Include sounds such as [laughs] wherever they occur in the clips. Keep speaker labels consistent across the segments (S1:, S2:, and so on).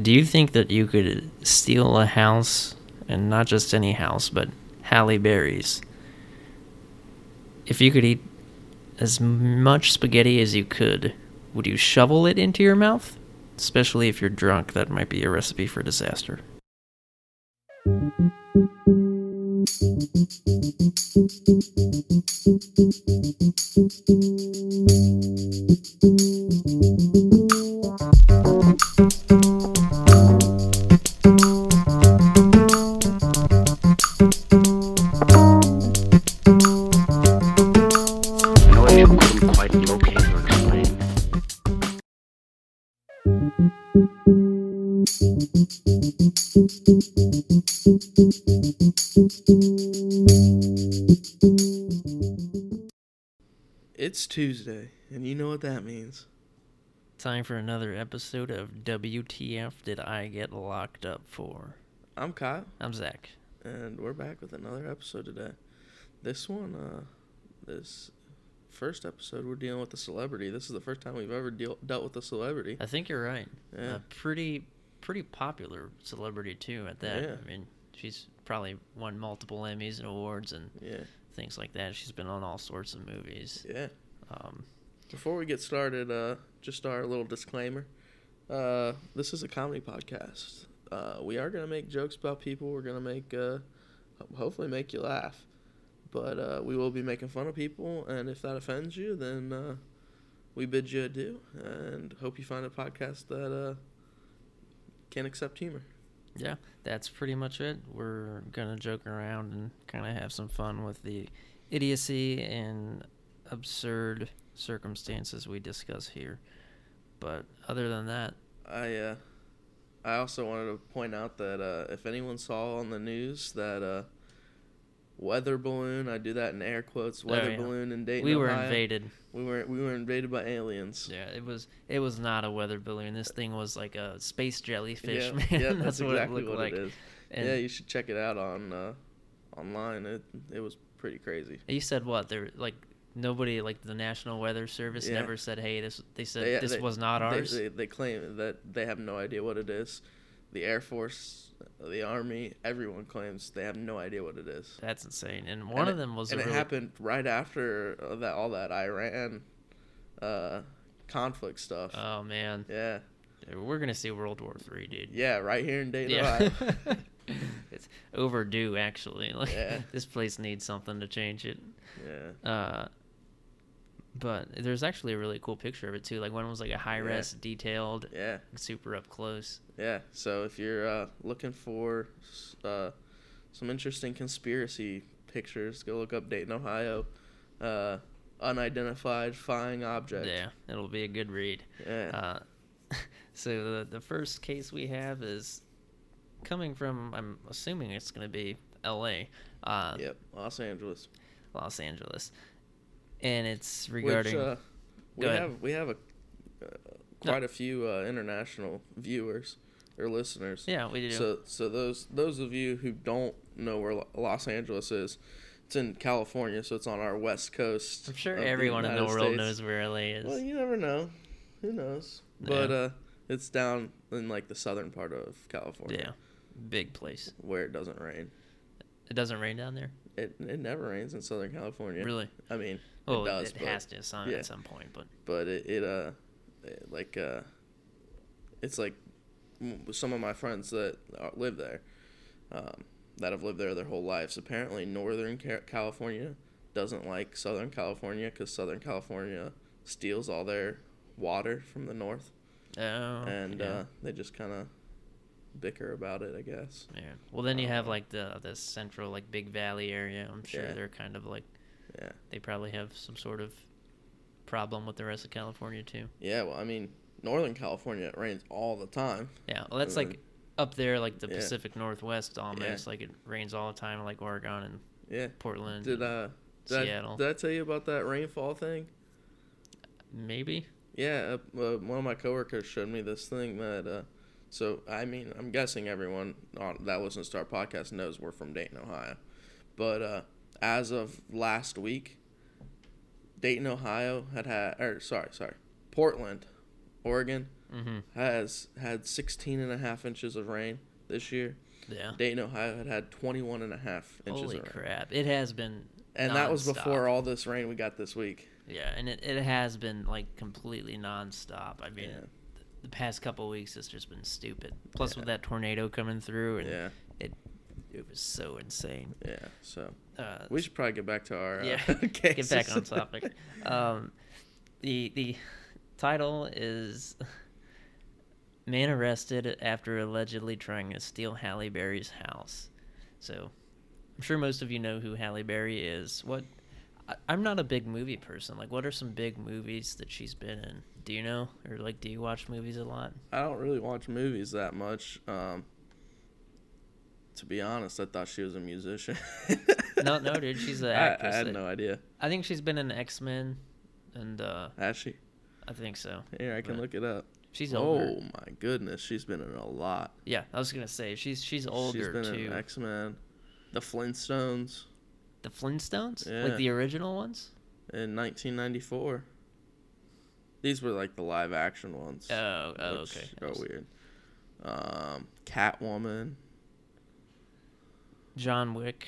S1: Do you think that you could steal a house, and not just any house, but Halle Berry's? If you could eat as much spaghetti as you could, would you shovel it into your mouth? Especially if you're drunk, that might be a recipe for disaster.
S2: noise you couldn't quite locate or explain.
S3: It's Tuesday, and you know what that means.
S1: Time for another episode of WTF Did I Get Locked Up For?
S3: I'm Kyle,
S1: I'm Zach.
S3: and we're back with another episode today. This one, uh, this first episode, we're dealing with a celebrity. This is the first time we've ever deal- dealt with a celebrity.
S1: I think you're right.
S3: Yeah.
S1: A pretty pretty popular celebrity too at that.
S3: Yeah.
S1: I mean, she's probably won multiple Emmys and awards and
S3: Yeah,
S1: things like that. She's been on all sorts of movies.
S3: yeah.
S1: Um,
S3: Before we get started, uh, just our little disclaimer. Uh, this is a comedy podcast. Uh, we are gonna make jokes about people. We're gonna make, uh, ho- hopefully, make you laugh. But uh, we will be making fun of people, and if that offends you, then uh, we bid you adieu, and hope you find a podcast that uh, can accept humor.
S1: yeah, that's pretty much it. We're gonna joke around and kind of have some fun with the idiocy and absurd circumstances we discuss here. But other than that,
S3: I uh, I also wanted to point out that uh, if anyone saw on the news that uh, weather balloon, I do that in air quotes,
S1: Oh,
S3: weather
S1: yeah.
S3: balloon in Dayton,
S1: we were
S3: Ohio,
S1: invaded.
S3: We were we were invaded by aliens.
S1: Yeah, it was it was not a weather balloon. This thing was like a space jellyfish, [laughs]
S3: yeah,
S1: man.
S3: yeah,
S1: that's, what it looked like.
S3: it is.
S1: And
S3: yeah, you should check it out on uh, online. It it was pretty crazy.
S1: you said what? There like nobody like the National Weather Service
S3: Yeah.
S1: never said, "Hey, this." They said
S3: They-
S1: this
S3: they-
S1: was not
S3: they-
S1: ours.
S3: They, they claim that they have no idea what it is. The Air Force, the Army, everyone claims they have no idea what it is.
S1: that's insane. And one
S3: And
S1: of
S3: it-
S1: them was a
S3: and it
S1: really-
S3: happened right after uh, that all that Iran uh, conflict stuff.
S1: Oh man,
S3: yeah,
S1: we're gonna see World War Three, dude.
S3: yeah, right here in Dayton,
S1: Yeah.
S3: Ohio.
S1: [laughs] it's overdue, actually. Like
S3: Yeah.
S1: [laughs] this place needs something to change it.
S3: yeah,
S1: Uh, but there's actually a really cool picture of it too. Like one was like a high res, detailed,
S3: yeah,
S1: super up close.
S3: yeah. So if you're uh, looking for s- uh, some interesting conspiracy pictures, go look up Dayton, Ohio. Uh, unidentified flying object.
S1: Yeah, it'll be a good read.
S3: Yeah.
S1: Uh, [laughs] so the the first case we have is coming from. I'm assuming it's going to be L.A., uh,
S3: Yep. Los Angeles.
S1: Los Angeles, and it's regarding.
S3: Which, uh, we
S1: Go ahead.
S3: have we have a uh, quite a few uh, international viewers or listeners.
S1: yeah, we do.
S3: So so those those of you who don't know where Lo- Los Angeles is, it's in California, so it's on our west coast.
S1: I'm sure
S3: of the
S1: everyone in the
S3: United
S1: world
S3: States.
S1: knows where L.A. is.
S3: Well, you never know. Who knows? But
S1: Yeah.
S3: uh, it's down in like the southern part of California,
S1: yeah, big place.
S3: where it doesn't rain.
S1: It doesn't rain down there.
S3: It it never rains in Southern California.
S1: Really?
S3: I mean,
S1: Oh,
S3: it
S1: it,
S3: does.
S1: it
S3: but,
S1: has to at some
S3: yeah.
S1: at some point, but
S3: but it, it uh it, like uh it's like m- some of my friends that are, live there um, that have lived there their whole lives apparently northern Ca- california doesn't like southern california because southern california steals all their water from the north
S1: oh,
S3: and
S1: yeah.
S3: uh, they just kind of bicker about it i guess
S1: yeah. Well, then you have
S3: um,
S1: like the the central like Big Valley area. I'm sure
S3: Yeah.
S1: they're kind of like
S3: yeah
S1: they probably have some sort of problem with the rest of California too.
S3: yeah well i mean northern california it rains all the time
S1: Yeah, well, that's
S3: And
S1: like up there, like the
S3: Mm-hmm. Yeah.
S1: Pacific Northwest almost. Like it rains all the time, like Oregon and
S3: yeah
S1: Portland. and
S3: did uh did I,
S1: Mm-hmm. Seattle.
S3: did I tell you about that rainfall thing
S1: maybe?
S3: Yeah, uh, uh, one of my coworkers showed me this thing that. Uh, so I mean, I'm guessing everyone on, that listens to our podcast knows we're from Dayton, Ohio, but uh, as of last week, Dayton, Ohio had had, or sorry, sorry, Portland Oregon
S1: Mm-hmm.
S3: has had 16 and a half inches of rain this year.
S1: Yeah.
S3: Dayton, Ohio had had 21 and a half inches
S1: Holy
S3: of rain.
S1: crap! It has been.
S3: And that was
S1: nonstop.
S3: before all this rain we got this week.
S1: Yeah, and it, it has been like completely nonstop. I mean,
S3: Yeah.
S1: th- the past couple weeks it's just been stupid. Plus with
S3: Yeah.
S1: that tornado coming through, and
S3: Yeah.
S1: it it was so insane.
S3: Yeah. So
S1: Uh,
S3: we should probably get back to our uh, [laughs]
S1: yeah, [laughs]
S3: cases.
S1: get back on topic. Um, the the title is "Man Arrested After Allegedly Trying to Steal Halle Berry's House." So, I'm sure most of you know who Halle Berry is. What? I, I'm not a big movie person. Like, what are some big movies that she's been in? Do you know, or like, do you watch movies a lot?
S3: [laughs] I don't really watch movies that much. Um, to be honest, I thought she was a musician.
S1: [laughs] No, no, dude, she's an
S3: [laughs] I-
S1: actress
S3: I, had
S1: that-
S3: no idea.
S1: I think she's been in X Men, and uh,
S3: Has she?
S1: I think so.
S3: Here, I can
S1: But
S3: look it up.
S1: She's older.
S3: Oh my goodness, she's been in a lot.
S1: Yeah, I was gonna say she's she's
S3: she's
S1: older
S3: been
S1: too.
S3: in X Men, The Flintstones,
S1: The Flintstones?
S3: Yeah.
S1: Like the original ones?
S3: in 1994. These were like the live action ones.
S1: Oh, oh
S3: which
S1: okay.
S3: Go weird. Um, Catwoman.
S1: John Wick,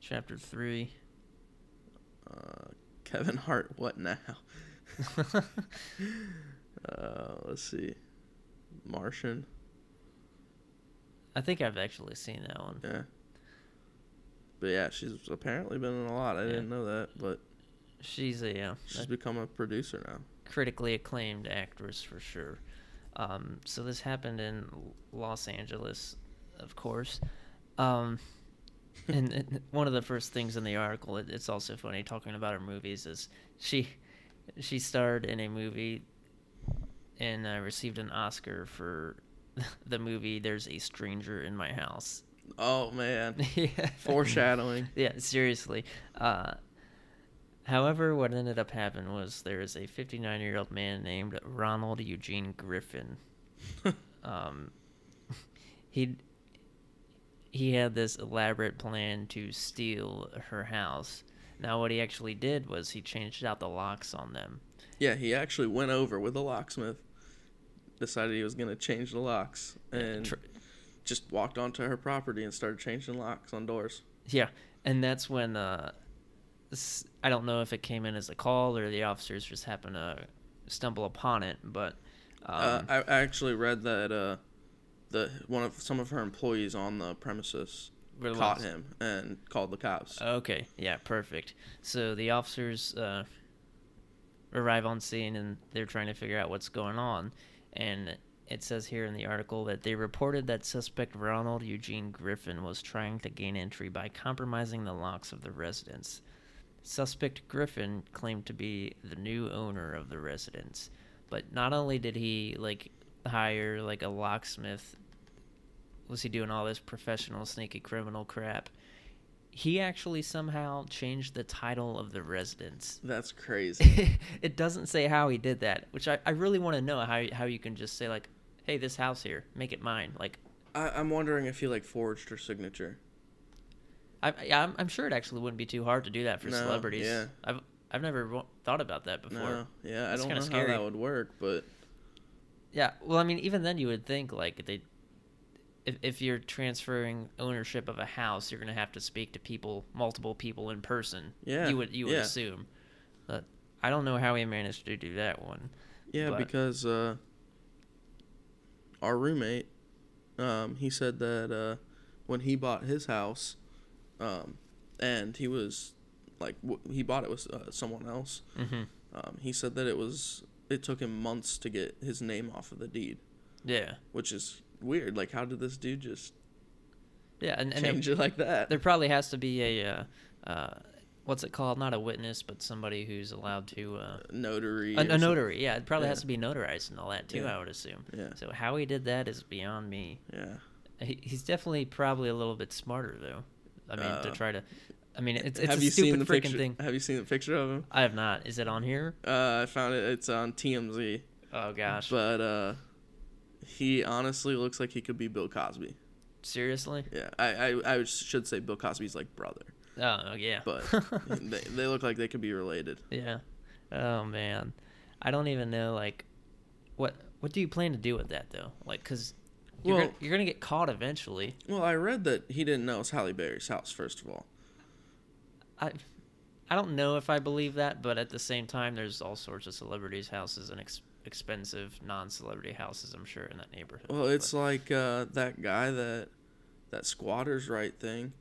S1: Chapter
S3: [laughs]
S1: 3.
S3: Uh, Kevin Hart. What now? [laughs] Uh, let's see. Martian.
S1: I think I've actually seen that one.
S3: Yeah. But yeah, she's apparently been in a lot. I
S1: Yeah.
S3: didn't know that, but
S1: She's a, uh,
S3: she's
S1: a
S3: become a producer now.
S1: critically acclaimed actress for sure. Um, so this happened in L- Los Angeles, of course. Um,
S3: [laughs]
S1: and, and one of the first things in the article, it, it's also funny talking about her movies, is she she starred in a movie and uh, received an Oscar for [laughs] the movie "There's a Stranger in My House." [laughs]
S3: Oh man.
S1: yeah.
S3: Foreshadowing.
S1: [laughs] Yeah, seriously. Uh, however, what ended up happening was there is a 59 year old man named Ronald Eugene Griffin. Um, he he had this elaborate plan to steal her house. Now, what he actually did was he changed out the locks on them.
S3: [laughs] yeah, he actually went over with a locksmith. Decided he was gonna change the locks and
S1: Tr-
S3: just walked onto her property and started changing locks on doors.
S1: Yeah, and that's when uh, s- I don't know if it came in as a call or the officers just happened to stumble upon it, but um,
S3: uh, I, I actually read that uh, the one of some of her employees on the premises
S1: Were the
S3: caught
S1: ones-
S3: him and called the cops.
S1: Okay, yeah, perfect. So the officers uh, arrive on scene and they're trying to figure out what's going on. And it says here in the article that they reported that suspect Ronald Eugene Griffin was trying to gain entry by compromising the locks of the residence. Suspect Griffin claimed to be the new owner of the residence, but not only did he like hire like a locksmith, was he doing all this professional sneaky criminal crap? He actually somehow changed the title of the residence. [laughs]
S3: That's crazy.
S1: it doesn't say how he did that, which I, I really want to know how how you can just say like, hey, this house here, make it mine. Like,
S3: I, I'm wondering if he like forged her signature.
S1: I, I- I'm I'm sure it actually wouldn't be too hard to do that for
S3: No,
S1: celebrities.
S3: yeah.
S1: I've I've never wo- thought about that before.
S3: No, yeah, I
S1: That's
S3: don't know
S1: kinda scary.
S3: how that would work, but
S1: Yeah, well, I mean, even then you would think like they, if if you're transferring ownership of a house, you're gonna have to speak to people, multiple people in person.
S3: Yeah,
S1: you would you would
S3: yeah.
S1: assume. But I don't know how he managed to do that one.
S3: yeah,
S1: But-
S3: because uh, our roommate, um, he said that uh, when he bought his house, um, and he was like w- he bought it with uh, someone else.
S1: hmm
S3: Um, he said that it was it took him months to get his name off of the deed,
S1: Yeah,
S3: which is weird. Like, how did this dude just
S1: yeah, and, and
S3: change
S1: there,
S3: it like that?
S1: there probably has to be a, uh, uh, what's it called? Not a witness, but somebody who's allowed to. Uh,
S3: notary.
S1: a,
S3: or
S1: a
S3: some-
S1: notary, yeah. It probably
S3: Yeah.
S1: has to be notarized and all that too.
S3: Yeah.
S1: I would assume.
S3: Yeah.
S1: So how he did that is beyond me.
S3: Yeah.
S1: He, he's definitely probably a little bit smarter though. I mean, to
S3: Uh,
S1: try to. I mean, it's it's
S3: have
S1: a
S3: you seen
S1: stupid
S3: the
S1: freaking
S3: picture?
S1: thing.
S3: Have you seen the picture of him?
S1: I have not. Is it on here?
S3: Uh, I found it. It's on TMZ.
S1: Oh gosh.
S3: But uh, he honestly looks like he could be Bill Cosby.
S1: Seriously?
S3: Yeah, I, I, I should say Bill Cosby's like brother,
S1: Oh yeah. [laughs]
S3: but mm. they, they look like they could be related.
S1: yeah. Oh man, I don't even know like what What do you plan to do with that though? Like, cause you're,
S3: Well-
S1: gonna, you're gonna get caught eventually.
S3: Well, I read that he didn't know it's Halle Berry's house, first of all.
S1: I, I don't know if I believe that, but at the same time, there's all sorts of celebrities' houses and ex- expensive non-celebrity houses. I'm sure in that neighborhood.
S3: Well, it's
S1: but-
S3: like uh, that guy that that squatters right thing.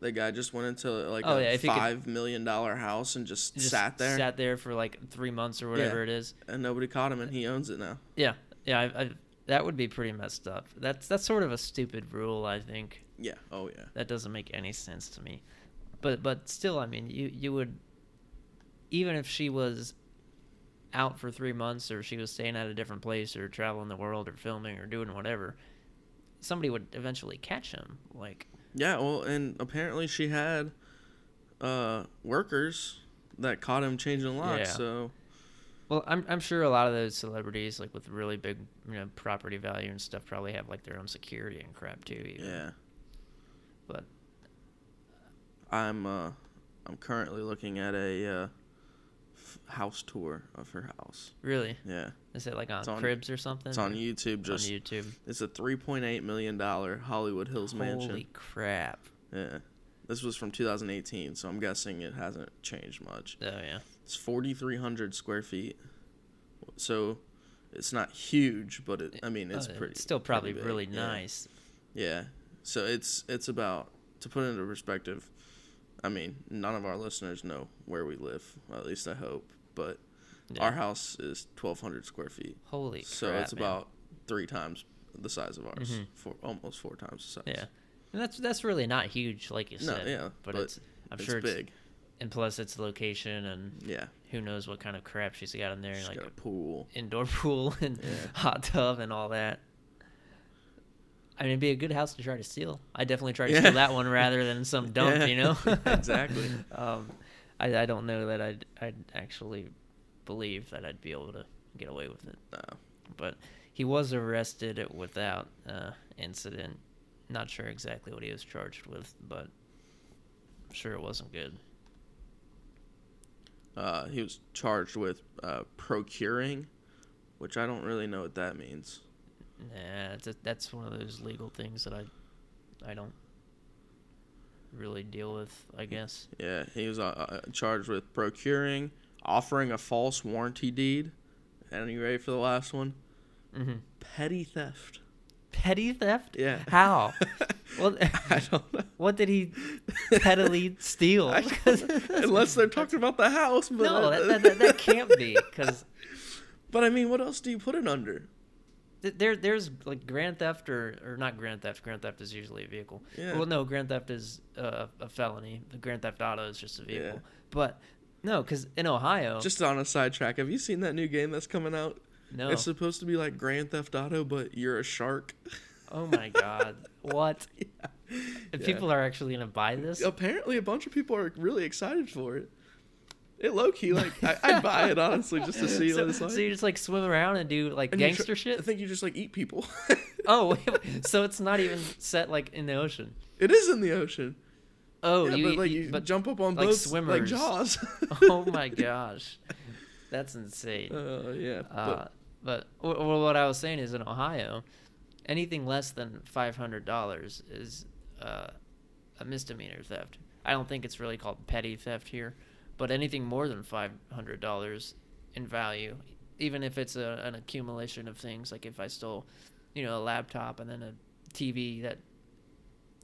S3: The guy just went into like
S1: Oh,
S3: a
S1: yeah, if you could-
S3: five million dollar house and just,
S1: just
S3: sat there,
S1: sat there for like three months or whatever
S3: Yeah.
S1: it is.
S3: and nobody caught him, and he owns it now.
S1: Yeah, yeah. I, I, that would be pretty messed up. That's that's sort of a stupid rule. I think
S3: Yeah. Oh yeah.
S1: that doesn't make any sense to me. But but still, I mean, you you would, even if she was out for three months or she was staying at a different place or traveling the world or filming or doing whatever, somebody would eventually catch him. Like
S3: Yeah. Well, and apparently she had uh, workers that caught him changing locks.
S1: Yeah.
S3: So
S1: Well, I'm I'm sure a lot of those celebrities, like with really big, you know, property value and stuff, probably have like their own security and crap too. Even.
S3: yeah,
S1: But
S3: I'm uh, I'm currently looking at a uh, f- house tour of her house.
S1: really,
S3: Yeah.
S1: is it like on,
S3: on-
S1: Cribs or something?
S3: It's on YouTube.
S1: On
S3: Just
S1: YouTube.
S3: It's a three point eight million dollar Hollywood Hills mansion.
S1: Holy crap!
S3: Yeah. This was from 2018, so I'm guessing it hasn't changed much.
S1: Oh yeah.
S3: It's 4,300 square feet, so it's not huge, but it, I mean it's
S1: Oh,
S3: pretty.
S1: still probably
S3: pretty big,
S1: really
S3: yeah.
S1: nice.
S3: Yeah. So it's it's about to put it into perspective. I mean, none of our listeners know where we live. At least I hope. But
S1: Yeah.
S3: our house is 1,200 square feet,
S1: Holy
S3: so
S1: crap!
S3: it's
S1: man.
S3: about three times the size of ours,
S1: Mhm.
S3: four, almost four times the size.
S1: yeah. And that's that's really not huge, like you
S3: No,
S1: said.
S3: yeah,
S1: But,
S3: but
S1: it's I'm sure it's
S3: big.
S1: and plus it's location and
S3: Yeah.
S1: who knows what kind of crap she's got in there,
S3: She's
S1: like
S3: got a pool.
S1: indoor [laughs] pool and
S3: Yeah.
S1: hot tub and all that. I mean, it'd be a good house to try to steal. I definitely try to
S3: Yeah.
S1: steal that
S3: [laughs]
S1: one rather than some dump,
S3: Yeah,
S1: you know?
S3: [laughs] exactly.
S1: [laughs] um, I, I don't know that I'd, I'd actually believe that I'd be able to get away with it.
S3: No.
S1: But he was arrested without uh, incident. Not sure exactly what he was charged with, but I'm sure it wasn't good.
S3: Uh, he was charged with uh, procuring, which I don't really know what that means.
S1: Nah, that's that's one of those legal things that I, I don't really deal with. I
S3: Mm-hmm.
S1: guess.
S3: Yeah, he was uh, uh, charged with procuring, offering a false warranty deed, and are you ready for the last one?
S1: hmm
S3: Petty theft.
S1: Petty theft?
S3: Mm-hmm. Yeah. [laughs]
S1: How? well,
S3: I don't know.
S1: what did he pettily steal?
S3: [laughs] I don't know. Unless they're talking about the house, but
S1: no, that, that, that, that can't be because
S3: But I mean, what else do you put it under?
S1: [laughs] Th- There, there's like grand theft or or not grand theft. Grand theft is usually a vehicle.
S3: Yeah.
S1: Well, no, grand theft is uh, a felony. The grand theft auto is just a vehicle.
S3: Yeah.
S1: But no, because in Ohio,
S3: Just on a sidetrack, have you seen that new game that's coming out?
S1: no.
S3: It's supposed to be like Grand Theft Auto, but you're a shark.
S1: [laughs] oh my
S3: [laughs]
S1: God, what? If
S3: Yeah.
S1: People are actually gonna buy this.
S3: Apparently, a bunch of people are really excited for it. It low key like I, I'd buy it honestly just to see
S1: [laughs]
S3: what
S1: so,
S3: it's like.
S1: so you just like swim around and do like
S3: And you tr-
S1: gangster
S3: I
S1: shit.
S3: think you just like eat people.
S1: [laughs]
S3: [laughs]
S1: oh, so it's not even set like in the ocean.
S3: it is in the ocean.
S1: Oh,
S3: yeah,
S1: you,
S3: but like
S1: you-
S3: you,
S1: but
S3: jump up on
S1: like
S3: boats like
S1: swimmers.
S3: Jaws.
S1: [laughs]
S3: [laughs]
S1: oh my gosh, that's insane.
S3: Uh, yeah,
S1: Uh, but w- well, what I was saying is in Ohio, anything less than five hundred dollars is uh, a misdemeanor theft. I don't think it's really called petty theft here, but anything more than five hundred dollars in value, even if it's a, an accumulation of things, like if I stole, you know, a laptop and then a TV that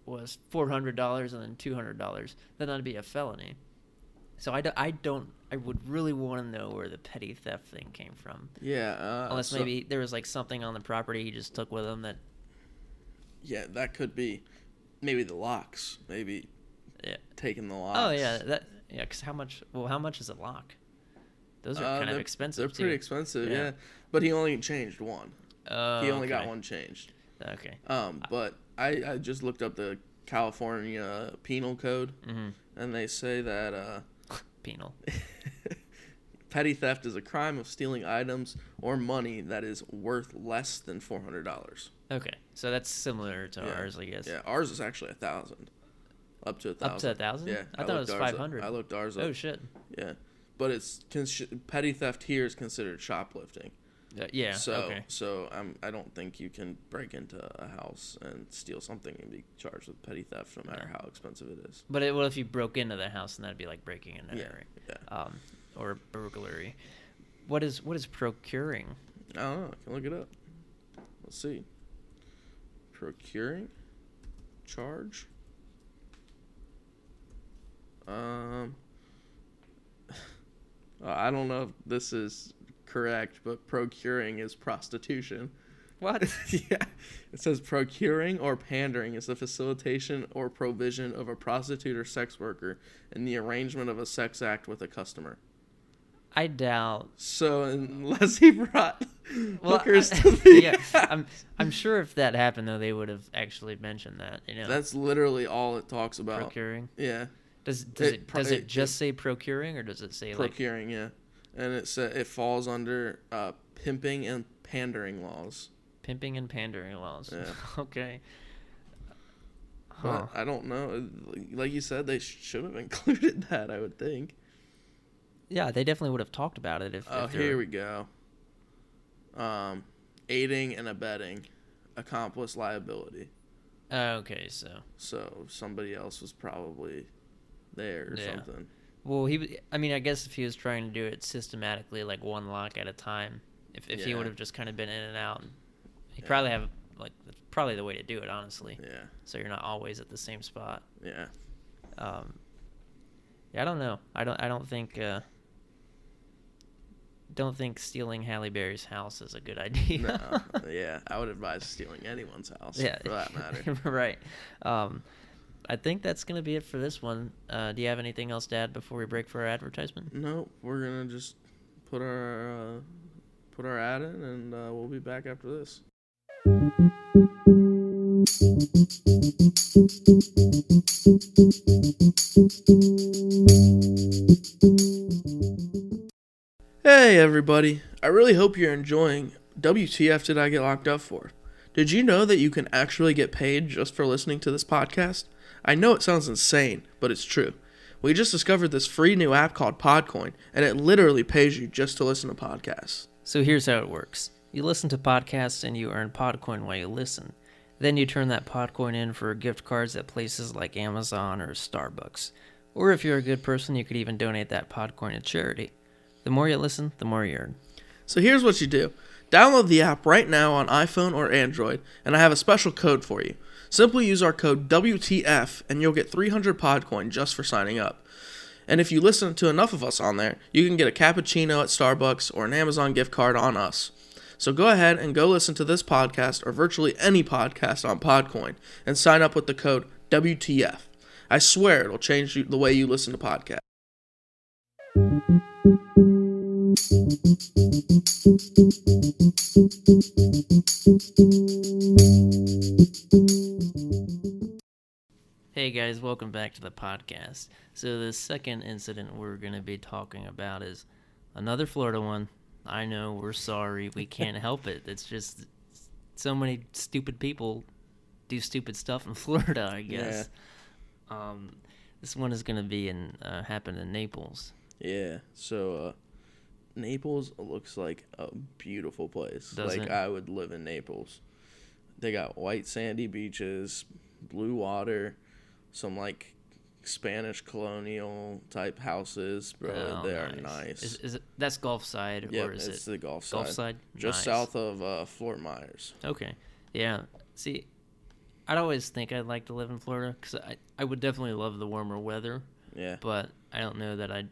S1: was four hundred dollars and then two hundred dollars, then that'd be a felony. So I, do, I don't I would really want to know where the petty theft thing came from.
S3: but yeah. Uh,
S1: Unless
S3: so-
S1: maybe there was like something on the property he just took with him that
S3: yeah, that could be maybe the locks, maybe
S1: yeah.
S3: taking the locks.
S1: Oh yeah, that yeah, 'cause how much well how much is a lock? Those are
S3: Uh,
S1: kind of
S3: they're-
S1: expensive
S3: They're
S1: too.
S3: pretty expensive,
S1: Yeah.
S3: yeah. But he only changed one.
S1: Oh,
S3: he only got
S1: okay.
S3: one changed.
S1: Okay.
S3: Um, but I, I just looked up the California penal code,
S1: Mhm.
S3: and they say that uh,
S1: [laughs] Penal.
S3: [laughs] petty theft is a crime of stealing items or money that is worth less than four hundred dollars.
S1: Okay. So that's similar to
S3: Yeah.
S1: ours, I guess.
S3: Yeah, ours is actually a thousand, up to a thousand.
S1: Up to a thousand?
S3: Yeah,
S1: I, thought it
S3: looked
S1: was
S3: ours up.
S1: five hundred.
S3: I looked ours up.
S1: Oh shit.
S3: Yeah, but it's cons- petty theft here is considered shoplifting.
S1: Uh, yeah.
S3: So
S1: okay.
S3: so I'm I don't think you can break into a house and steal something and be charged with petty theft no matter
S1: No.
S3: how expensive it is.
S1: But it, what if you broke into the house and that'd be like breaking and
S3: Yeah,
S1: entering,
S3: yeah.
S1: um, or burglary? What is what is procuring?
S3: I don't know. I can look it up. Let's see. Procuring, charge. Um, [laughs] uh, I don't know if this is correct, but procuring is prostitution. [laughs]
S1: What?
S3: yeah, it says procuring or pandering is the facilitation or provision of a prostitute or sex worker in the arrangement of a sex act with a customer.
S1: I doubt.
S3: So unless he brought
S1: Well,
S3: hookers
S1: I- [laughs]
S3: to the
S1: yeah, I'm I'm sure if that happened though, they would have actually mentioned that. You know,
S3: That's literally all it talks about.
S1: procuring.
S3: Yeah,
S1: Does does
S3: It
S1: it,
S3: pro-
S1: does it
S3: it-
S1: just say procuring or does it say like
S3: procuring. Yeah, and it sa it falls under uh, pimping and pandering laws.
S1: pimping and pandering laws?
S3: Yeah.
S1: [laughs] okay. Huh.
S3: But I don't know. Like you said, they should have [laughs] included that. I would think.
S1: Yeah, they definitely would have talked about it if.
S3: Oh,
S1: if they were-
S3: here we go. Um, aiding and abetting, accomplice liability.
S1: Oh, okay, so
S3: So somebody else was probably there or
S1: Yeah. [laughs]
S3: something.
S1: well, he. w- I mean, I guess if he was trying to do it systematically, like one lock at a time, if if he
S3: Yeah.
S1: would have just kind of been in and out, he'd
S3: Yeah.
S1: probably have like that's probably the way to do it, honestly.
S3: Yeah,
S1: So you're not always at the same spot. [laughs]
S3: yeah.
S1: Um, yeah, I don't know. I don't. I don't think. Uh, don't think stealing Halle Berry's house is a good [laughs]
S3: No,
S1: idea.
S3: yeah, I would advise stealing anyone's house
S1: yeah,
S3: for that matter.
S1: [laughs] right. Um, I think that's gonna be it for this one. Uh, do you have anything else, Dad, before we break for our advertisement?
S3: no, we're gonna just put our uh, put our ad in, and uh, we'll be back after this. Hey everybody, I really hope you're enjoying WTF Did I Get Locked Up For? Did you know that you can actually get paid just for listening to this podcast? I know it sounds insane, but it's true. We just discovered this free new app called Podcoin, and it literally pays you just to listen to podcasts.
S1: So here's how it works: you listen to podcasts and you earn Podcoin while you listen. Then you turn that Podcoin in for gift cards at places like Amazon or Starbucks. Or if you're a good person, you could even donate that Podcoin to charity. The more you listen, the more you earn.
S3: So here's what you do download the app right now on iPhone or Android, and I have a special code for you. Simply use our code WTF, and you'll get 300 Podcoin just for signing up. And if you listen to enough of us on there, you can get a cappuccino at Starbucks or an Amazon gift card on us. So go ahead and go listen to this podcast or virtually any podcast on Podcoin and sign up with the code WTF. I swear it'll change you, the way you listen to podcasts.
S1: Hey guys, welcome back to the podcast. So, the second incident we're going to be talking about is another Florida one. I know, we're sorry,
S3: [laughs]
S1: we can't help it. It's just so many stupid people do stupid stuff in [laughs] Florida, I guess. Um, this one is going to be in, uh, happened in Naples.
S3: Yeah. So uh Naples looks like a beautiful place.
S1: Doesn't
S3: like
S1: it?
S3: I would live in Naples. They got white sandy beaches, blue water, some like Spanish colonial type houses, bro.
S1: Oh,
S3: they are nice.
S1: Is, is it, that's Gulf side,
S3: yeah,
S1: or is
S3: it's
S1: it?
S3: the Gulf side.
S1: Gulf side?
S3: Just
S1: Nice.
S3: south of uh, Fort Myers.
S1: Okay. Yeah. See, I'd always think I'd like to live in Florida because I, I would definitely love the warmer weather,
S3: Yeah.
S1: but I don't know that I'd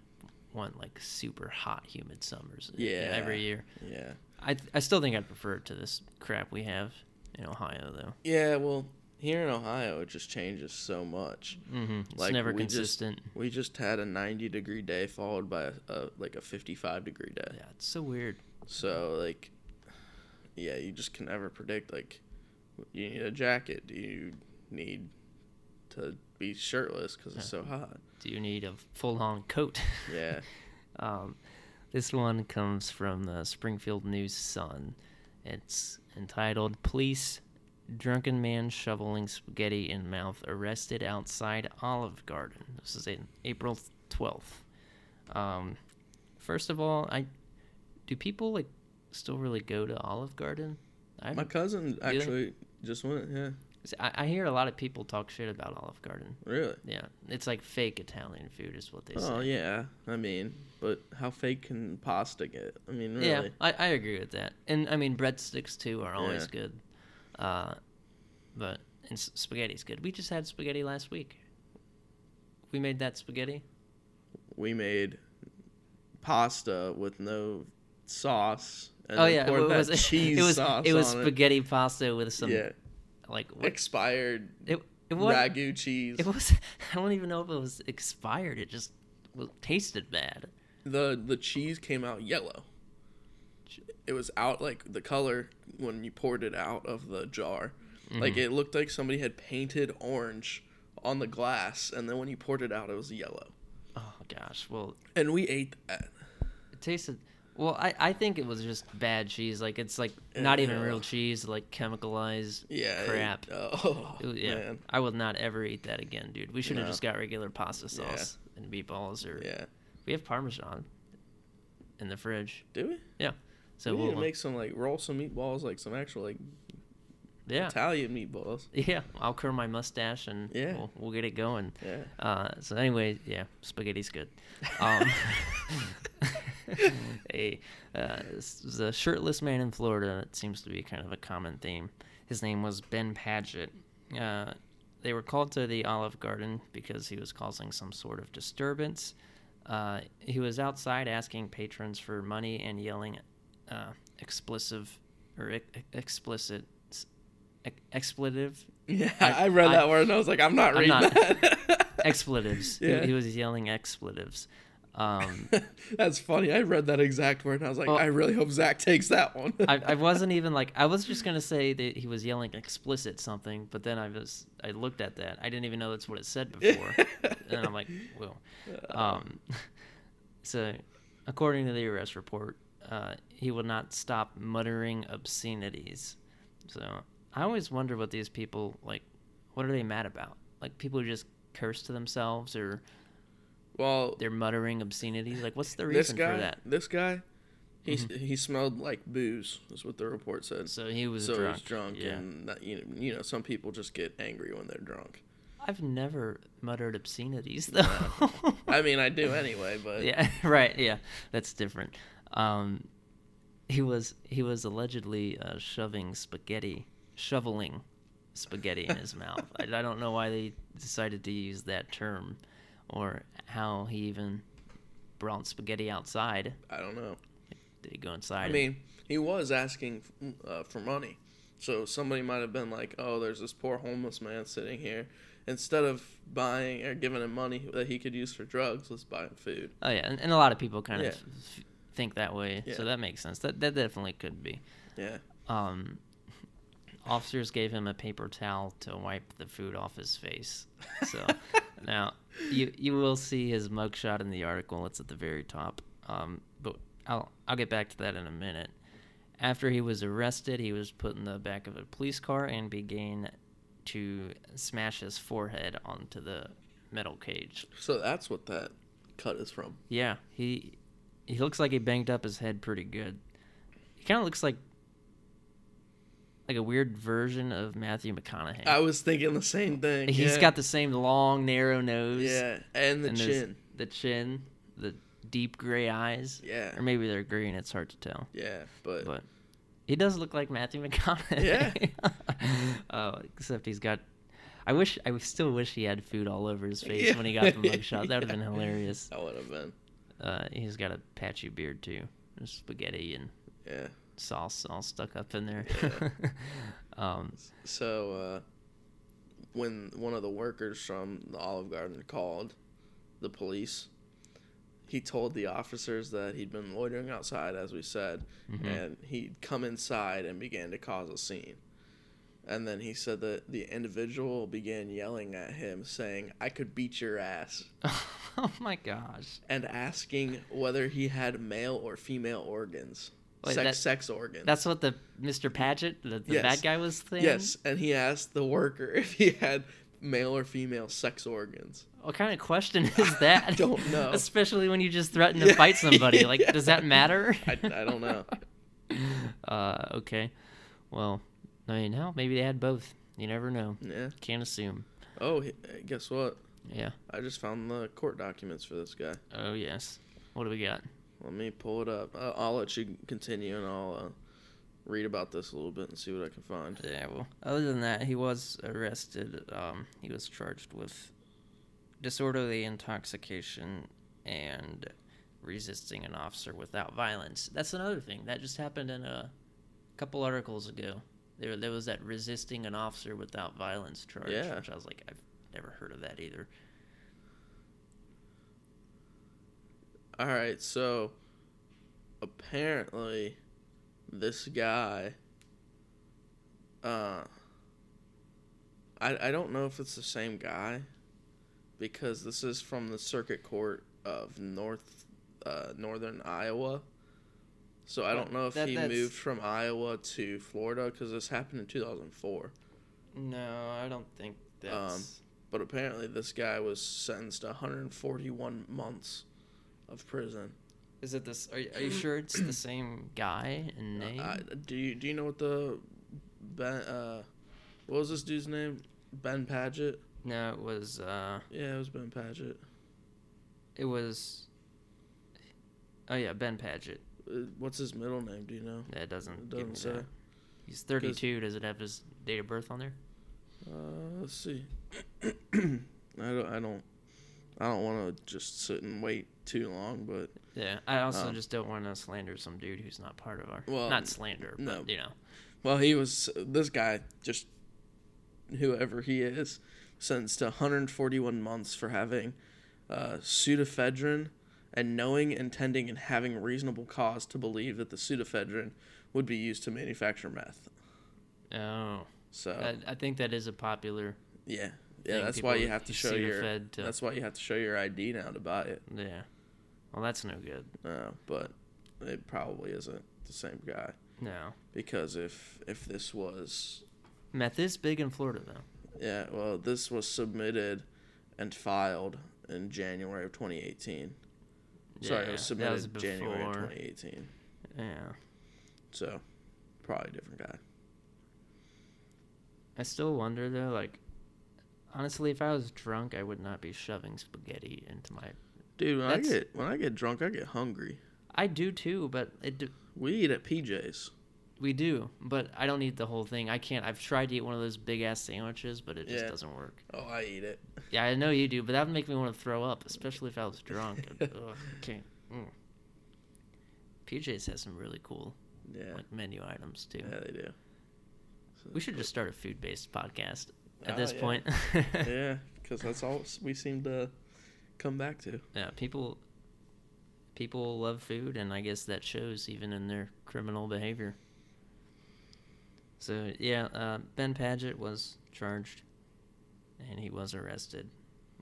S1: want like super hot, humid summers you know,
S3: Yeah.
S1: every year.
S3: yeah.
S1: I, I still think I'd prefer it to this crap we have in Ohio, though.
S3: Yeah, well, here in Ohio it just changes so much.
S1: Mm-hmm. It's
S3: Like,
S1: never
S3: we just-
S1: consistent.
S3: We just had a 90 degree day followed by a, a like a 55 degree day.
S1: Yeah, it's so weird.
S3: So like, yeah, you just can never predict. Like, you need a jacket. Do you need to be shirtless because it's so hot?
S1: Do you need a full on coat? [laughs]
S3: Yeah,
S1: Um, this one comes from the Springfield News Sun. It's entitled Police Drunken Man Shoveling Spaghetti in Mouth Arrested Outside Olive Garden. This is in April 12th. Um, first of all, I do people like still really go to Olive Garden. I,
S3: My cousin
S1: don't-
S3: actually just went. Yeah,
S1: I I hear a lot of people talk shit about Olive Garden.
S3: really.
S1: Yeah, it's like fake Italian food is what they say.
S3: Oh yeah, I mean, but how fake can pasta get? I mean, really.
S1: Yeah, I, I agree with that. And I mean, breadsticks too are always
S3: Yeah.
S1: good. Uh, but and s- spaghetti's good. We just had spaghetti last week. We made that spaghetti.
S3: We made pasta with no sauce. And
S1: oh
S3: then
S1: yeah,
S3: poured
S1: what
S3: that
S1: was it? [laughs]
S3: cheese
S1: it was
S3: sauce
S1: it was
S3: on
S1: spaghetti pasta with some
S3: Yeah,
S1: like what,
S3: expired
S1: it it was
S3: ragu cheese.
S1: it was [laughs] I don't even know if it was expired. It just well, tasted bad.
S3: the the cheese came out yellow. It was out like the color when you poured it out of the jar.
S1: Mm-hmm.
S3: Like it looked like somebody had painted orange on the glass, and then when you poured it out, it was yellow.
S1: Oh gosh, well
S3: And we ate that.
S1: It tasted well. I, I think it was just bad cheese. Like it's like not even
S3: Ew.
S1: real cheese. Like chemicalized
S3: Yeah. it-
S1: crap.
S3: oh
S1: Ooh, yeah,
S3: man.
S1: I would not ever eat that again, dude. We should have
S3: No.
S1: just got regular pasta
S3: Yeah.
S1: sauce and meatballs, or
S3: Yeah.
S1: we have Parmesan in the fridge.
S3: Do we?
S1: Yeah, so
S3: we
S1: we
S3: need
S1: will
S3: to make some like roll some meatballs, like some actual like
S1: yeah.
S3: Italian meatballs.
S1: [laughs] Yeah, I'll curl my mustache and
S3: Yeah.
S1: we'll, we'll get it going.
S3: Yeah.
S1: Uh, so anyway, yeah, spaghetti's good. Um, [laughs] a uh, this was a shirtless man in Florida. It seems to be kind of a common theme. His name was Ben Paget. Uh, they were called to the Olive Garden because he was causing some sort of disturbance. Uh, he was outside asking patrons for money and yelling uh, explicit or e- explicit ex- expletive
S3: Yeah, [laughs]
S1: I-
S3: I, read
S1: I-
S3: that word and I was like, I'm not
S1: I'm
S3: reading
S1: not-
S3: that. [laughs]
S1: expletives. He-
S3: Yeah.
S1: He, was yelling expletives.
S3: [laughs]
S1: Um,
S3: That's funny. I read that exact word and I was like,
S1: Well-
S3: I really hope Zach takes that one.
S1: I, I wasn't even like I was just gonna say that he was yelling explicit something, but then I was I looked at that. I didn't even know that's what it said before, and
S3: [laughs]
S1: I'm like, whoa. Um, [laughs] so, according to the arrest report, uh, he would not stop muttering obscenities. So I always wonder what these people like. What are they mad about? Like people who just curse to themselves or
S3: [laughs] well,
S1: they're muttering obscenities. Like what's the
S3: this
S1: reason
S3: guy,
S1: for that? Mm-hmm.
S3: this guy, he s he smelled like booze. Is what the report said.
S1: So he was
S3: so
S1: drunk.
S3: he's drunk,
S1: yeah.
S3: and that, you know, you know, some people just get angry when they're drunk.
S1: I've never muttered obscenities though.
S3: I mean, I do anyway,
S1: [laughs]
S3: but
S1: yeah, right. Yeah, that's different. Um, he was he was allegedly uh, shoving spaghetti, shoveling spaghetti in his
S3: [laughs]
S1: mouth. I, I don't know why they decided to use that term, or how he even brought spaghetti outside.
S3: I don't know.
S1: Did he go inside?
S3: I mean, he was asking uh, for money. So somebody might have been like, "Oh, there's this poor homeless man sitting here. Instead of buying or giving him money that he could use for drugs, let's buy him food."
S1: Oh yeah, and, and a lot of people kind
S3: Yeah.
S1: of f- think that way, so
S3: Yeah.
S1: that makes sense. That that definitely could be.
S3: Yeah.
S1: Um, officers gave him a paper towel to wipe the food off his face. So now you you will see his mugshot in the article. It's at the very top. Um, but I'll I'll get back to that in a minute. After he was arrested, he was put in the back of a police car and began to smash his forehead onto the metal cage.
S3: So that's what that cut is from.
S1: Yeah, he he looks like he banged up his head pretty good. He kind of looks like like a weird version of Matthew McConaughey.
S3: I was thinking the same thing.
S1: He's
S3: yeah.
S1: got the same long, narrow nose.
S3: yeah, and the
S1: and his-
S3: chin.
S1: the chin, the deep gray eyes.
S3: Yeah.
S1: or maybe they're green. It's hard to tell,
S3: Yeah, but,
S1: but he does look like Matthew McConaughey. [laughs] Yeah. uh, except he's got. I wish I still wish he had food all over his face
S3: Yeah.
S1: when he got the mugshot. That would have been
S3: [laughs] Yeah.
S1: hilarious.
S3: that would have been.
S1: Uh, he's got a patchy beard too. There's spaghetti and
S3: Yeah.
S1: sauce all stuck up in there.
S3: Yeah.
S1: um,
S3: So uh, when one of the workers from the Olive Garden called the police, he told the officers that he'd been loitering outside, as we said,
S1: Mm-hmm.
S3: and he'd come inside and began to cause a scene. And then he said that the individual began yelling at him, saying, I could beat your ass,
S1: [laughs] oh my gosh.
S3: and asking whether he had male or female organs.
S1: Wait,
S3: sex,
S1: that-
S3: sex organs.
S1: That's what the Mr. Paget, the, the
S3: Yes.
S1: bad guy, was saying?
S3: Yes, and he asked the worker [laughs] if he had male or female sex organs.
S1: What kind of
S3: [laughs]
S1: question is that?
S3: I don't know.
S1: Especially when you just threaten to
S3: [laughs] Yeah.
S1: fight somebody. Like, does that matter?
S3: I, I don't know.
S1: [laughs] Uh, okay. Well, I mean, hell, maybe they had both. You never know.
S3: Yeah.
S1: Can't assume.
S3: Oh, he- uh, guess what?
S1: Yeah.
S3: I just found the court documents for this guy.
S1: Oh, yes. What do we got?
S3: Let me pull it up. Uh, I'll let you continue and I'll uh, read about this a little bit and see what I can find.
S1: Yeah, well, other than that, he was arrested. Um, he was charged with disorderly intoxication and resisting an officer without violence. That's another thing that just happened in a couple articles ago. There, there was that resisting an officer without violence charge,
S3: Yeah.
S1: which I was like, I've never heard of that either.
S3: All right, so apparently this guy uh I I don't know if it's the same guy because this is from the circuit court of north uh northern Iowa. So I don't know if
S1: That-
S3: he
S1: that's-
S3: moved from Iowa to Florida cuz this happened in 2004.
S1: No, I don't think Um,
S3: that's- But apparently this guy was sentenced to 141 months of prison.
S1: is it this? Are, are you sure it's [clears throat] the same guy and
S3: Uh,
S1: name?
S3: I, do you do you know what the Ben uh what was this dude's name? Ben Paget?
S1: no, it was. Uh,
S3: Yeah, it was Ben Paget.
S1: It was. Oh yeah, Ben Paget.
S3: Uh, What's his middle name? Do you know?
S1: That doesn't.
S3: It
S1: give me
S3: doesn't say.
S1: that. He's 32. Does it have his date of birth on there?
S3: Uh, let's see. [clears throat] I don't. I don't. I don't want to just sit and wait too long, but
S1: Yeah. I also
S3: Um,
S1: just don't want to slander some dude who's not part of our.
S3: Well,
S1: not slander,
S3: no.
S1: but you know.
S3: well, he was this guy just whoever he is sentenced to 141 months for having uh, pseudoephedrine and knowing, intending, and having reasonable cause to believe that the pseudoephedrine would be used to manufacture meth.
S1: Oh,
S3: So
S1: I, I think that is a popular.
S3: yeah, yeah,
S1: think
S3: that's why
S1: people
S3: you have to
S1: use
S3: show your
S1: Sudafed to-
S3: that's why you have to show your ID now to buy it.
S1: Yeah. Well, that's no good.
S3: No, but it probably isn't the same guy
S1: No.
S3: because if if this was
S1: Meth is big in Florida though.
S3: yeah, well, this was submitted and filed in January of 2018. Sorry, it was
S1: Yeah, that
S3: submitted January of
S1: before-
S3: 2018.
S1: Yeah.
S3: So probably a different guy.
S1: I still wonder though, like, honestly, if I was drunk, I would not be shoving spaghetti into my.
S3: Dude, when
S1: That's-
S3: I get when I get drunk, I get hungry.
S1: I do too, but it. d-
S3: We eat at PJ's.
S1: We do, but I don't eat the whole thing. I can't. I've tried to eat one of those big ass sandwiches, but it just
S3: Yeah.
S1: doesn't work.
S3: Oh, I eat it.
S1: Yeah, I know you do, but that would make me want to throw up, especially if I was
S3: [laughs]
S1: drunk. Ugh, I can't. Mm. PJ's has some really cool
S3: Yeah,
S1: like menu items too.
S3: yeah, they do. [laughs] So-
S1: We should just start a food based podcast at
S3: Oh,
S1: this
S3: yeah.
S1: point. [laughs]
S3: yeah, because that's all we seem to come back to.
S1: Yeah, people people love food, and I guess that shows even in their criminal behavior. So yeah, uh, Ben Paget was charged, and he was arrested,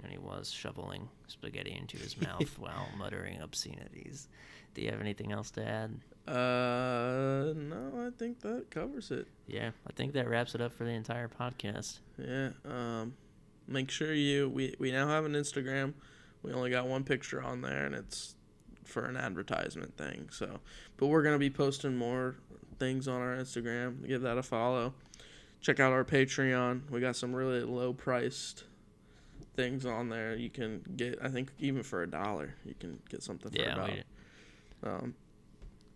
S1: and he was shoveling spaghetti into his mouth while muttering obscenities. Do you have anything else to add?
S3: Uh, no, I think that covers it.
S1: Yeah, I think that wraps it up for the entire podcast.
S3: Yeah. Um, make sure you we we now have an Instagram. We only got one picture on there, and it's for an advertisement thing. So, but we're gonna be posting more things on our Instagram. Give that a follow. Check out our Patreon. We got some really low priced things on there. You can get, I think, even for a dollar, you can get something for a
S1: Yeah,
S3: dollar.
S1: we,
S3: Um,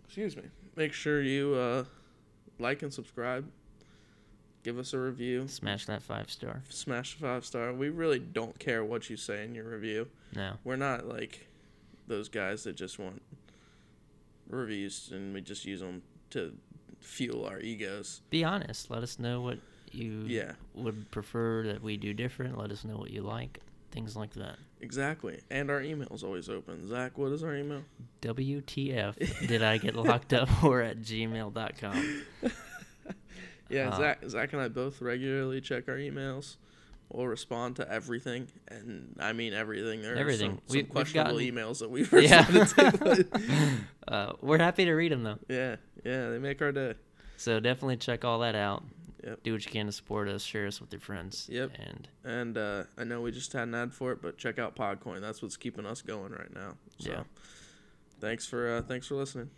S3: excuse me. Make sure you uh, like and subscribe. Give us a review.
S1: smash that five star.
S3: Smash the five star. We really don't care what you say in your review.
S1: No,
S3: We're not like those guys that just want reviews and we just use them to fuel our egos.
S1: be honest. Let us know what you
S3: Yeah.
S1: would prefer that we do different. Let us know what you like. Things like that.
S3: Exactly. And our email's always open. Zach, what is our email?
S1: WTF did I get locked up for at gmail.com?
S3: Yeah,
S1: Uh,
S3: Zach, Zach and I both regularly check our emails. We'll respond to everything, and I mean everything. There
S1: Everything.
S3: are some, some
S1: We- we've
S3: questionable
S1: gotten-
S3: emails that [laughs] we've responded to. but-
S1: Yeah. [laughs] uh, we're happy to read them though.
S3: yeah, yeah, they make our day.
S1: So definitely check all that out.
S3: Yep.
S1: Do what you can to support us, share us with your friends.
S3: Yep.
S1: And
S3: And uh, I know we just had an ad for it, but check out Podcoin. That's what's keeping us going right now. So
S1: Yeah.
S3: thanks for uh, thanks for listening.